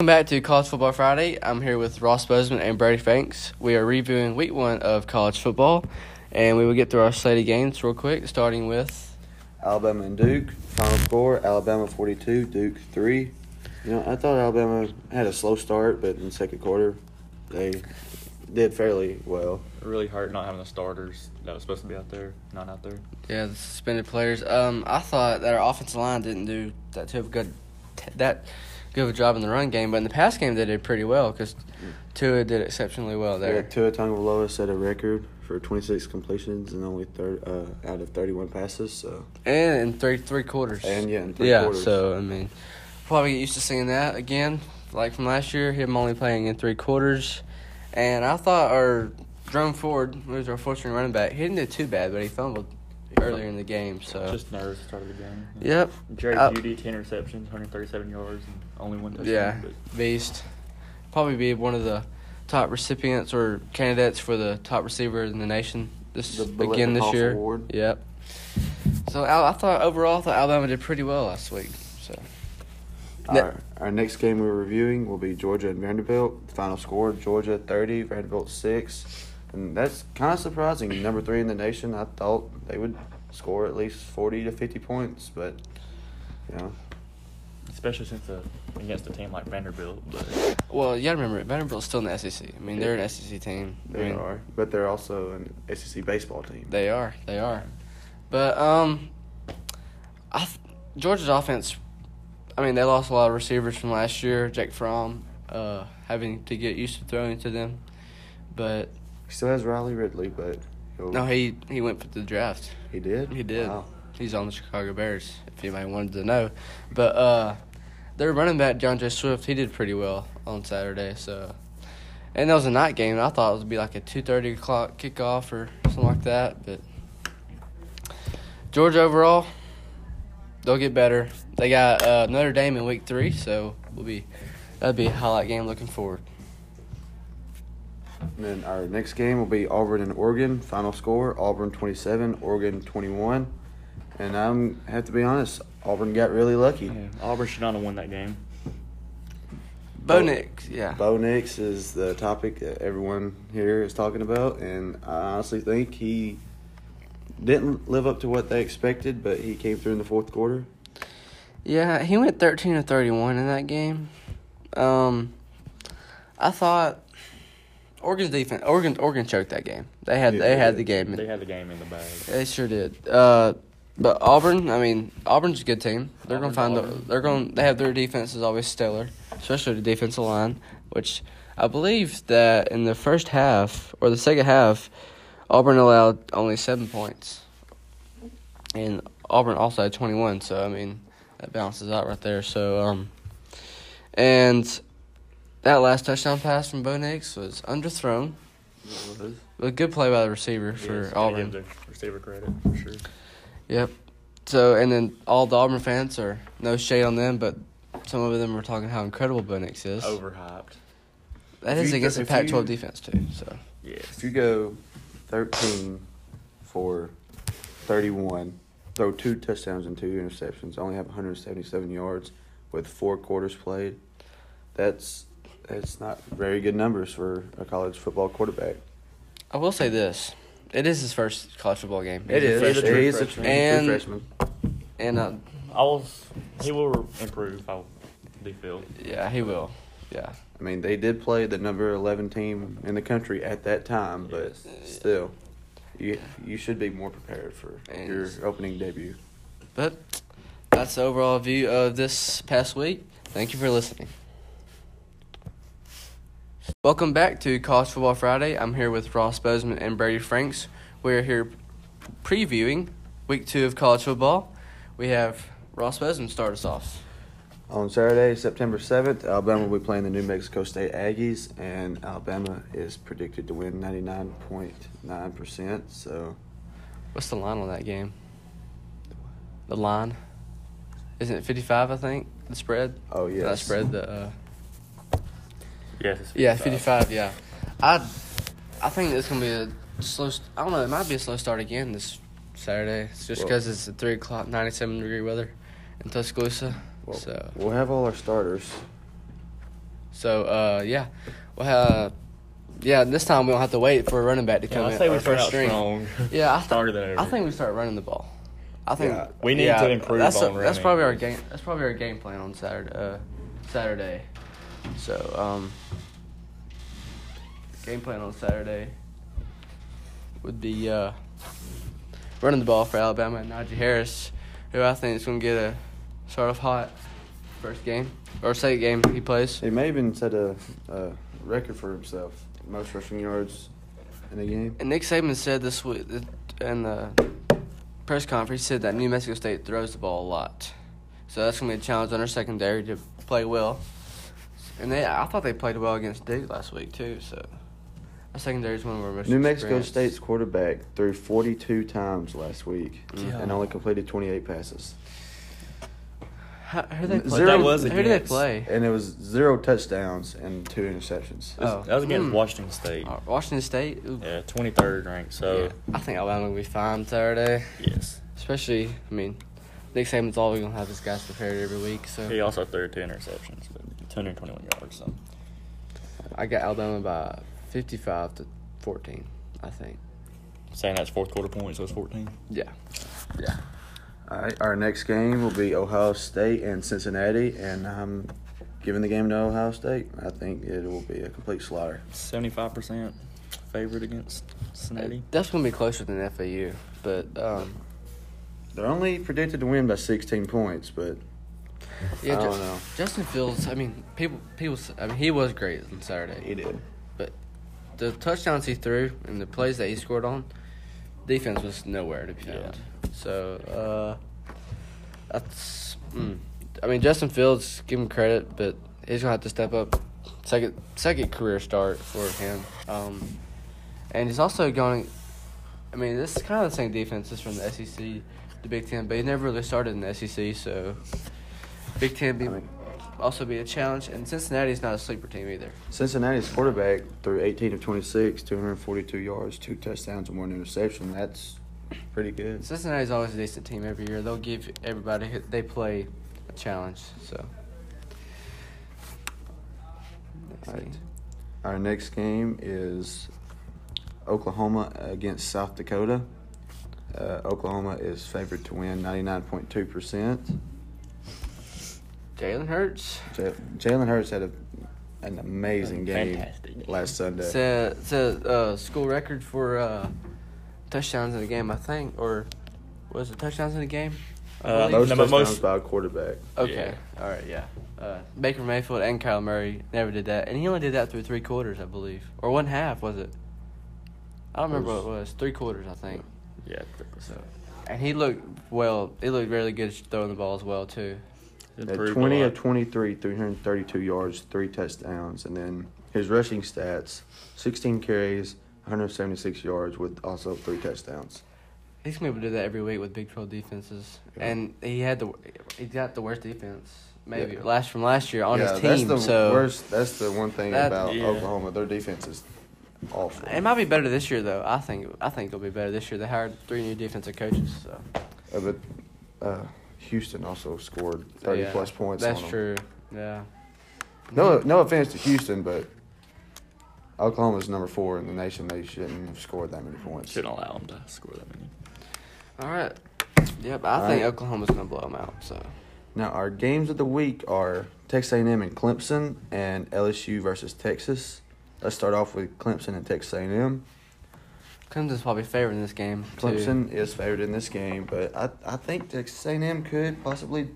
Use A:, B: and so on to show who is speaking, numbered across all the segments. A: Welcome back to College Football Friday. I'm here with Ross Bozeman and Brady Fanks. We are reviewing week one of college football, and we will get through our slate of games real quick, starting with.
B: Alabama and Duke. Final score: Alabama forty-two, Duke three. You know, I thought Alabama had a slow start, but in the second quarter, they did fairly well.
C: really hurt not having the starters that was supposed to be out there, not out there.
A: Yeah, the suspended players. Um, I thought that our offensive line didn't do that too of a good, that good of a job in the run game, but in the pass game they did pretty well because Tua did exceptionally well
B: Yeah,
A: Oh, there.
B: Tua Tagovailoa set a record for twenty-six completions and only third uh, out of thirty-one passes. So,
A: And in three three quarters.
B: and yeah, in three
A: yeah,
B: quarters.
A: so I mean, probably get used to seeing that again. Like from last year, him only playing in three quarters, and I thought our Jerome Ford, who was our fourth string running back, he didn't do too bad, but he fumbled earlier in the game. So
C: Just nerves at the start of the game.
A: yep,
C: Jerry
A: Uh,
C: Judy, ten receptions, 137 yards, and only one touchdown.
A: Yeah. beast, probably be one of the top recipients or candidates for the top receiver in the nation this
B: The
A: again this
B: Biletnikoff
A: year.
B: Award.
A: Yep. So I, I thought overall, I thought Alabama did pretty well last week. So Ne-
B: Our, our next game we're reviewing will be Georgia and Vanderbilt. Final score: Georgia thirty, Vanderbilt six, and that's kind of surprising. Number three in the nation. I thought they would score at least forty to fifty points, but you know,
C: Especially since uh against a team like Vanderbilt, but
A: Well, you gotta remember, it, Vanderbilt's still in the SEC. I mean, they're an SEC team. I
B: they
A: mean,
B: are. But they're also an SEC baseball team.
A: They are. They are. But um, I th- Georgia's offense. I mean, they lost a lot of receivers from last year. Jake Fromm, uh, having to get used to throwing to them. But
B: He still has Riley Ridley, but he'll-
A: no, he he went for the draft.
B: he did.
A: He did.
B: Wow.
A: He's on the Chicago Bears. If anybody wanted to know, but uh, their running back DeAndre Swift, he did pretty well on Saturday. So, and that was a night game. and I thought it would be like a two thirty o'clock kickoff or something like that. But Georgia overall, they'll get better. They got uh, Notre Dame in week three, so we'll be that'll be a highlight game. Looking forward.
B: And then our next game will be Auburn and Oregon. Final score: Auburn twenty-seven, Oregon twenty-one. And I'm have to be honest, Auburn got really lucky.
C: yeah, Auburn should not have won that game.
A: Bo Nix, yeah,
B: Bo Nix is the topic that everyone here is talking about, and I honestly think he didn't live up to what they expected, but he came through in the fourth quarter.
A: Yeah, he went thirteen or thirty-one in that game. Um, I thought Oregon's defense, Oregon, Oregon choked that game. They had,
B: Yeah,
A: they had
B: yeah.
A: the game.
C: They
A: They,
C: had the game in the bag.
A: sure did. Uh, but Auburn, I mean, Auburn's a good team. They're gonna
C: Auburn's
A: find, the,
C: Auburn.
A: they're gonna, they have their defense is always stellar, especially the defensive line, which I believe that in the first half or the second half, Auburn allowed only seven points, and Auburn also had twenty one. So I mean, that balances out right there. So um, and that last touchdown pass from Bo Nix was underthrown. A good play by the receiver for
C: Yes, gotta
A: Auburn.
C: give the receiver credit for sure.
A: Yep. So and then all the Auburn fans are no shade on them, but some of them were talking how incredible Bo Nix is.
C: Overhyped.
A: that
B: If
A: is
B: you-
A: against the
B: if
A: Pac-12
B: you-
A: defense too. So
C: Yes.
B: If you go 13 for 31, throw two touchdowns and two interceptions, only have 177 yards with four quarters played, that's that's not very good numbers for a college football quarterback.
A: I will say this: it is his first college football game.
C: It is.
B: He's a true
C: It
B: he's
C: is
B: a
C: a
B: true
C: true
A: And-
B: freshman.
A: and uh,
C: I was. He will improve. I do feel.
A: yeah, he will. Yeah.
B: I mean, they did play the number 11 team in the country at that time, but still, you you should be more prepared for
A: And-
B: your opening debut.
A: But that's the overall view of this past week. Thank you for listening. Welcome back to College Football Friday. I'm here with Ross Bozeman and Brady Franks. We are here previewing week two of college football. We have Ross Bozeman start us off.
B: On Saturday, September 7th, Alabama will be playing the New Mexico State Aggies, and Alabama is predicted to win 99.9%. So,
A: What's the line on that game? The line? Isn't it 55, I think? The spread?
B: oh, yeah.
A: Not spread, the. Uh,
C: Yes. It's
A: Yeah, fifty-five. Yeah, I, I think it's gonna be a slow. st- I don't know. It might be a slow start again this Saturday. It's just
B: Well-
A: because it's a three o'clock, ninety-seven degree weather in Tuscaloosa.
B: Well,
A: so
B: We'll have all our starters.
A: So uh, yeah, well, uh, yeah. This time we don't have to wait for a running back to
C: Yeah,
A: come
C: I
A: in.
C: say
A: our
C: we start
A: first
C: out
A: string.
C: strong.
A: Yeah, I th-
C: Stronger than ever.
A: I think we start running the ball. I think
B: Yeah,
C: we need to improve
A: That's
C: on
A: that's
C: running.
A: probably our game. That's probably our game plan on Saturday. Uh, Saturday. So um, game plan on Saturday would be uh, running the ball for Alabama and Najee Harris, who I think is going to get a start off hot first game or second game he plays.
B: He may even set a, a record for himself, most rushing yards in a game.
A: And Nick Saban said this week in the press conference, he said that New Mexico State throws the ball a lot. So that's going to be a challenge on their secondary to play well. And they, I thought they played well against Duke last week, too. So our secondary is one of our most
B: New Mexico
A: experienced.
B: State's quarterback threw 42 times last week
A: Yeah.
B: and only completed 28 passes.
A: How, who they
B: But
A: play?
B: that
C: was
A: who do they
C: against-
A: play?
B: And it was zero touchdowns and two interceptions.
A: Oh.
C: That was against
A: Hmm.
C: Washington State.
A: Uh, Washington State? Ooh.
C: Yeah, 23rd ranked. So,
A: Yeah. I think Alabama will be fine Saturday.
C: yes.
A: Especially, I mean, Nick Saban's always going to have his guys prepared every week. So
C: He also threw two interceptions, but 221 yards. So,
A: I got Alabama by 55 to 14, I think.
C: saying that's fourth quarter points, so it's 14.
A: Yeah. Yeah.
B: All right, our next game will be Ohio State and Cincinnati, and I'm giving the game to Ohio State. I think it will be a complete slaughter.
C: 75% favorite against Cincinnati.
A: That's gonna be closer than FAU, but um,
B: They're only predicted to win by 16 points, but
A: yeah,
B: I
A: Ju-
B: don't know.
A: Justin Fields. I mean, people, people. s- I mean, he was great on Saturday.
B: He did.
A: The touchdowns he threw and the plays that he scored on, defense was nowhere to be found. So uh, that's. Mm, I mean, Justin Fields. Give him credit, but he's gonna have to step up. Second, second career start for him. Um, and he's also going. I mean, this is kind of the same defense as from the SEC, the Big Ten, but he never really started in the SEC, so Big Ten be,
B: I mean-
A: also be a challenge. And Cincinnati's not a sleeper team either.
B: Cincinnati's quarterback threw 18 of 26, 242 yards, two touchdowns, and one interception. That's pretty good.
A: Cincinnati's always a decent team every year. They'll give everybody who they play a challenge. So. Next
B: Alright.
A: game.
B: Our next game is Oklahoma against South Dakota. Uh, Oklahoma is favored to win 99.2%.
A: Jalen Hurts
B: Ja- Jalen Hurts had a, an amazing game
C: Fantastic.
B: last Sunday.
A: set set uh, school record for uh, touchdowns in a game, I think, or was it touchdowns in a game? I
C: Uh,
A: believe.
B: Most
C: Number
B: touchdowns
C: most-
B: by a quarterback.
A: Okay. All right. Yeah. Uh, Baker Mayfield and Kyle Murray never did that, and he only did that through three quarters, I believe, or one half was it? I don't remember what it was. Three quarters, I think.
C: Yeah.
A: So, and he looked well. He looked really good throwing the ball as well too.
B: At 20 of 23, 332 yards, three touchdowns, and then his rushing stats: 16 carries, 176 yards, with also three touchdowns.
A: He's gonna be able to do that every week with Big Twelve defenses,
B: Yeah.
A: and he had the he got the worst defense maybe
B: Yeah.
A: last from last year on
B: yeah,
A: his
B: that's
A: team.
B: the
A: so
B: worst. That's the one thing
A: That-
B: about
C: Yeah.
B: Oklahoma: their defense is awful.
A: it might be better this year though. I think I think it'll be better this year. They hired three new defensive coaches. So.
B: Uh, but uh, Houston also scored 30
A: Yeah,
B: plus points.
A: That's
B: on them.
A: true. Yeah.
B: No, no offense to Houston, but Oklahoma's number four in the nation. They shouldn't have scored that many points.
C: Shouldn't allow him to score that many.
A: All right. Yep, I
B: All
A: think
B: right.
A: Oklahoma's gonna blow them out. So
B: Now our games of the week are Texas A&M and Clemson, and LSU versus Texas. Let's start off with Clemson and Texas A&M.
A: Clemson's probably favored in this game. too.
B: Clemson is favored in this game, but I I think Texas A&M could possibly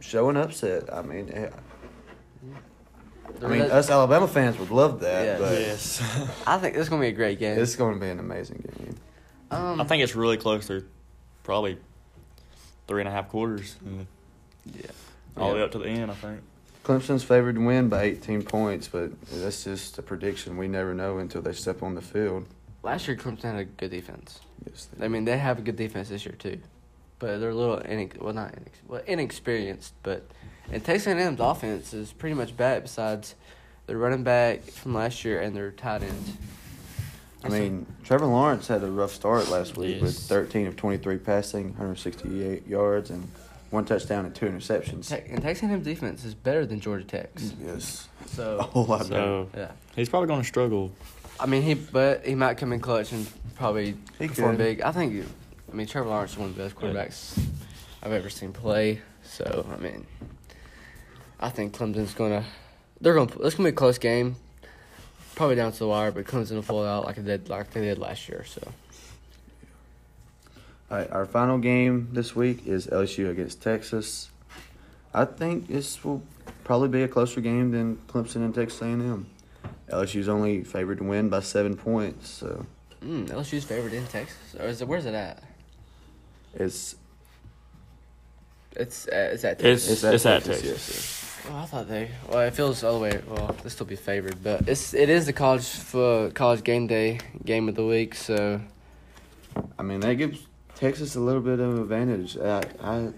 B: show an upset. I mean, eh, I
A: They're
B: mean
A: that-
B: us Alabama fans would love that,
A: Yes.
B: but
A: I think this is gonna be a great game.
B: it's going to be an amazing game.
A: um,
C: I think it's really close to probably three and a half quarters, and
A: Yeah.
C: all the way
B: Yeah.
C: up to the end. I think.
B: Clemson's favored to win by 18 points, but that's just a prediction. We never know until they step on the field.
A: Last year, Clemson had a good defense.
B: Yes,
A: I mean, they have a good defense this year too, but they're a little inex- well, not inex- well, inexperienced. But and Texas A&M's offense is pretty much bad besides their running back from last year and their tight end.
B: I mean, Trevor Lawrence had a rough start last week with
C: Yes.
B: 13 of 23 passing, 168 yards, and one touchdown and two interceptions.
A: Te- and Texas A&M defense is better than Georgia Tech's.
B: Yes. A
A: So
B: whole lot better.
C: So
A: yeah,
C: he's probably going to struggle.
A: I mean he but he might come in clutch and probably
B: He
A: perform
B: could.
A: big. I think I mean Trevor Lawrence is one of the best quarterbacks I've ever seen play. So I mean, I think Clemson's gonna they're gonna it's gonna be a close game, probably down to the wire, but Clemson will pull it out like they did like they did last year. So
B: All right, our final game this week is LSU against Texas. I think this will probably be a closer game than Clemson and Texas A&M. LSU's only favored to win by seven points, so
A: mm, LSU's favorite in Texas or is it where's it at?
B: it's
A: It's at, it's at
C: It's
A: Texas.
C: it's,
B: at
C: at
B: Texas,
C: Texas.
A: Well, I thought they. Well, it feels all the way. Well, they still be favored, but it's it is the college for college game day game of the week. So
B: I mean that gives Texas a little bit of an advantage. I, I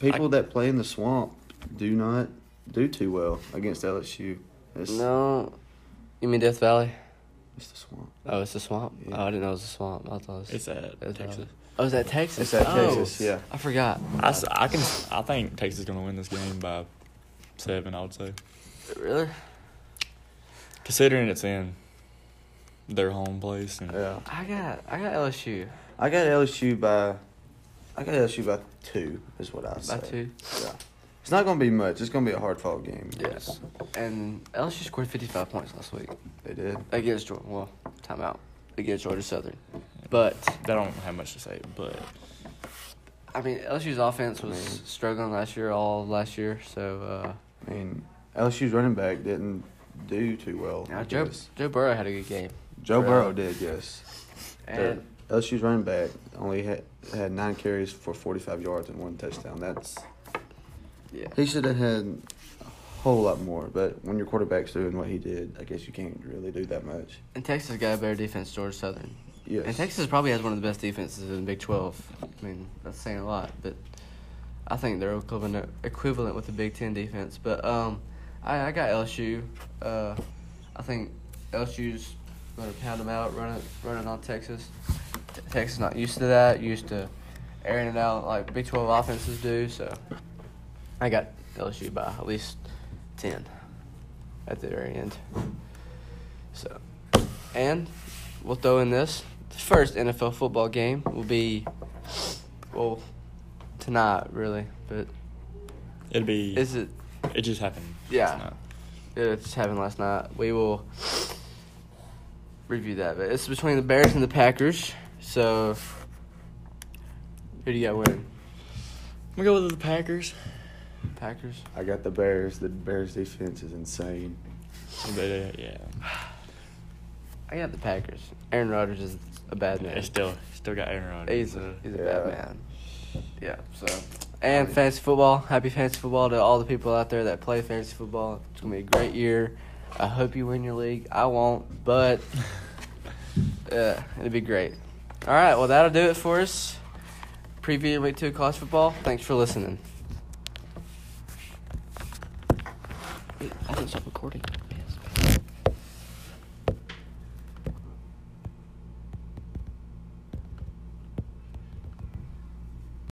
B: people that play in the swamp do not do too well against LSU. It's,
A: no, you mean Death Valley?
B: it's the swamp.
A: Oh, it's the swamp.
B: Yeah.
A: Oh, I didn't know it was the swamp. I thought it was.
C: It's at
A: It's
C: Texas.
A: oh, is that Texas?
B: It's at
A: Oh,
B: Texas, yeah.
A: I forgot.
C: I, s- I can I think Texas is going to win this game by seven. I would say,
A: really?
C: considering it's in their home place and
B: Yeah.
A: I got I got LSU
B: I got LSU by I got LSU by two is what I
A: by
B: say.
A: two,
B: Yeah. It's not gonna be much. It's gonna be a hard fought game.
A: Yes. and LSU scored fifty five points last week
B: They did.
A: against Georgia. Well, timeout against Georgia Southern, but
C: they don't have much to say. But
A: I mean LSU's offense was
B: I mean-
A: struggling last year, all last year. So. uh
B: I mean LSU's running back didn't do too well.
A: Now,
B: I
A: Joe,
B: guess.
A: Joe Burrow had a good game.
B: Joe
A: Burrow.
B: Burrow did, yes.
A: And
B: LSU's running back only had, had nine carries for forty five yards and one touchdown. That's
A: yeah.
B: he should have had a whole lot more, but when your quarterback's doing what he did, I guess you can't really do that much.
A: And Texas got a better defense, Georgia Southern.
B: Yes.
A: And Texas probably has one of the best defenses in the Big 12. I mean, that's saying a lot, but I think they're equivalent, equivalent with the Big 10 defense. But um, I, I got LSU. Uh, I think LSU's going to pound them out, run it, run it on Texas. T- Texas not used to that, used to airing it out like Big 12 offenses do, so I got LSU by at least 10 at the very end. So, and we'll throw in this. The first NFL football game will be, well, tonight, really. But
C: it'd be
A: is it,
C: it just happened.
A: Yeah.
C: It's not-
A: it just happened last night. We will review that. But it's between the Bears and the Packers. So, who do you got winning?
C: I'm gonna go with the Packers.
A: Packers?
B: I got the Bears. The Bears defense is insane.
C: They- uh, yeah,
A: I got the Packers. Aaron Rodgers is a bad man.
C: They still still got Aaron Rodgers.
A: He's a,
C: so-
A: he's a
B: Yeah.
A: bad man. Yeah, so. And fantasy football. Happy fantasy football to all the people out there that play fantasy football. It's going to be a great year. I hope you win your league. I won't, but uh, it'll be great. All right, well, that'll do it for us. Preview week two of college football. Thanks for listening. Wait, I didn't stop recording.